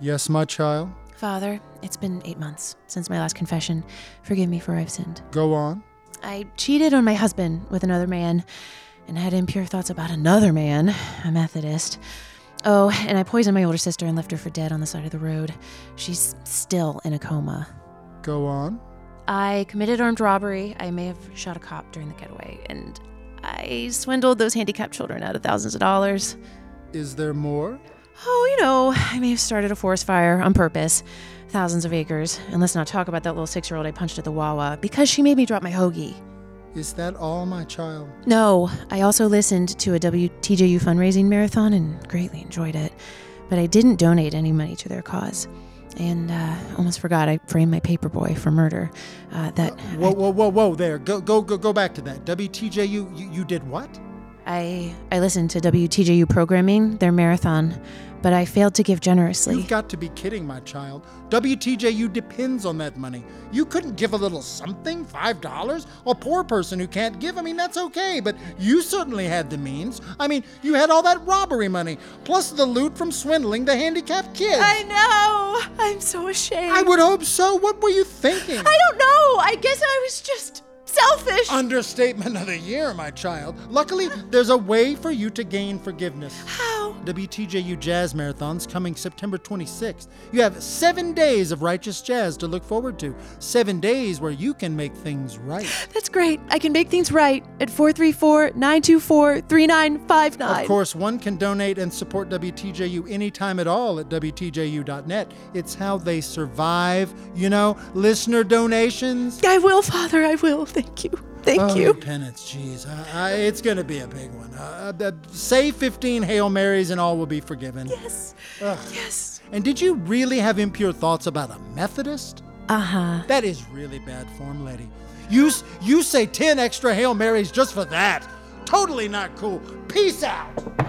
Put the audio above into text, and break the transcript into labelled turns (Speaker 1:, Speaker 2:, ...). Speaker 1: Yes, my child.
Speaker 2: Father, it's been eight months since my last confession. Forgive me for I've sinned.
Speaker 1: Go on.
Speaker 2: I cheated on my husband with another man and had impure thoughts about another man, a Methodist. Oh, and I poisoned my older sister and left her for dead on the side of the road. She's still in a coma.
Speaker 1: Go on.
Speaker 2: I committed armed robbery. I may have shot a cop during the getaway. And I swindled those handicapped children out of thousands of dollars.
Speaker 1: Is there more?
Speaker 2: Oh, you know, I may have started a forest fire on purpose. Thousands of acres. And let's not talk about that little six year old I punched at the Wawa because she made me drop my hoagie.
Speaker 1: Is that all, my child?
Speaker 2: No, I also listened to a WTJU fundraising marathon and greatly enjoyed it. But I didn't donate any money to their cause. And uh, almost forgot I framed my paperboy for murder. Uh, that
Speaker 1: Whoa, whoa, whoa, whoa! There, go, go, go, go back to that. WTJU, you, you did what?
Speaker 2: I I listened to WTJU programming, their marathon, but I failed to give generously.
Speaker 1: You've got to be kidding, my child. WTJU depends on that money. You couldn't give a little something, five dollars? A poor person who can't give, I mean, that's okay, but you certainly had the means. I mean, you had all that robbery money, plus the loot from swindling the handicapped kids.
Speaker 2: I know. I'm so ashamed.
Speaker 1: I would hope so. What were you thinking?
Speaker 2: I don't know. I guess I was just selfish.
Speaker 1: Understatement of the year, my child. Luckily, there's a way for you to gain forgiveness.
Speaker 2: How?
Speaker 1: WTJU Jazz Marathon's coming September 26th. You have seven days of righteous jazz to look forward to. Seven days where you can make things right.
Speaker 2: That's great. I can make things right at 434 924 3959.
Speaker 1: Of course, one can donate and support WTJU anytime at all at WTJU.net. It's how they survive, you know, listener donations.
Speaker 2: I will, Father. I will. Thank you. Thank
Speaker 1: oh,
Speaker 2: you.
Speaker 1: Penance, jeez. I, I, it's going to be a big one. Uh, uh, say 15 Hail Marys and all will be forgiven.
Speaker 2: Yes. Yes.
Speaker 1: And did you really have impure thoughts about a Methodist?
Speaker 2: Uh huh.
Speaker 1: That is really bad form, lady. You, s- you say 10 extra Hail Marys just for that. Totally not cool. Peace out.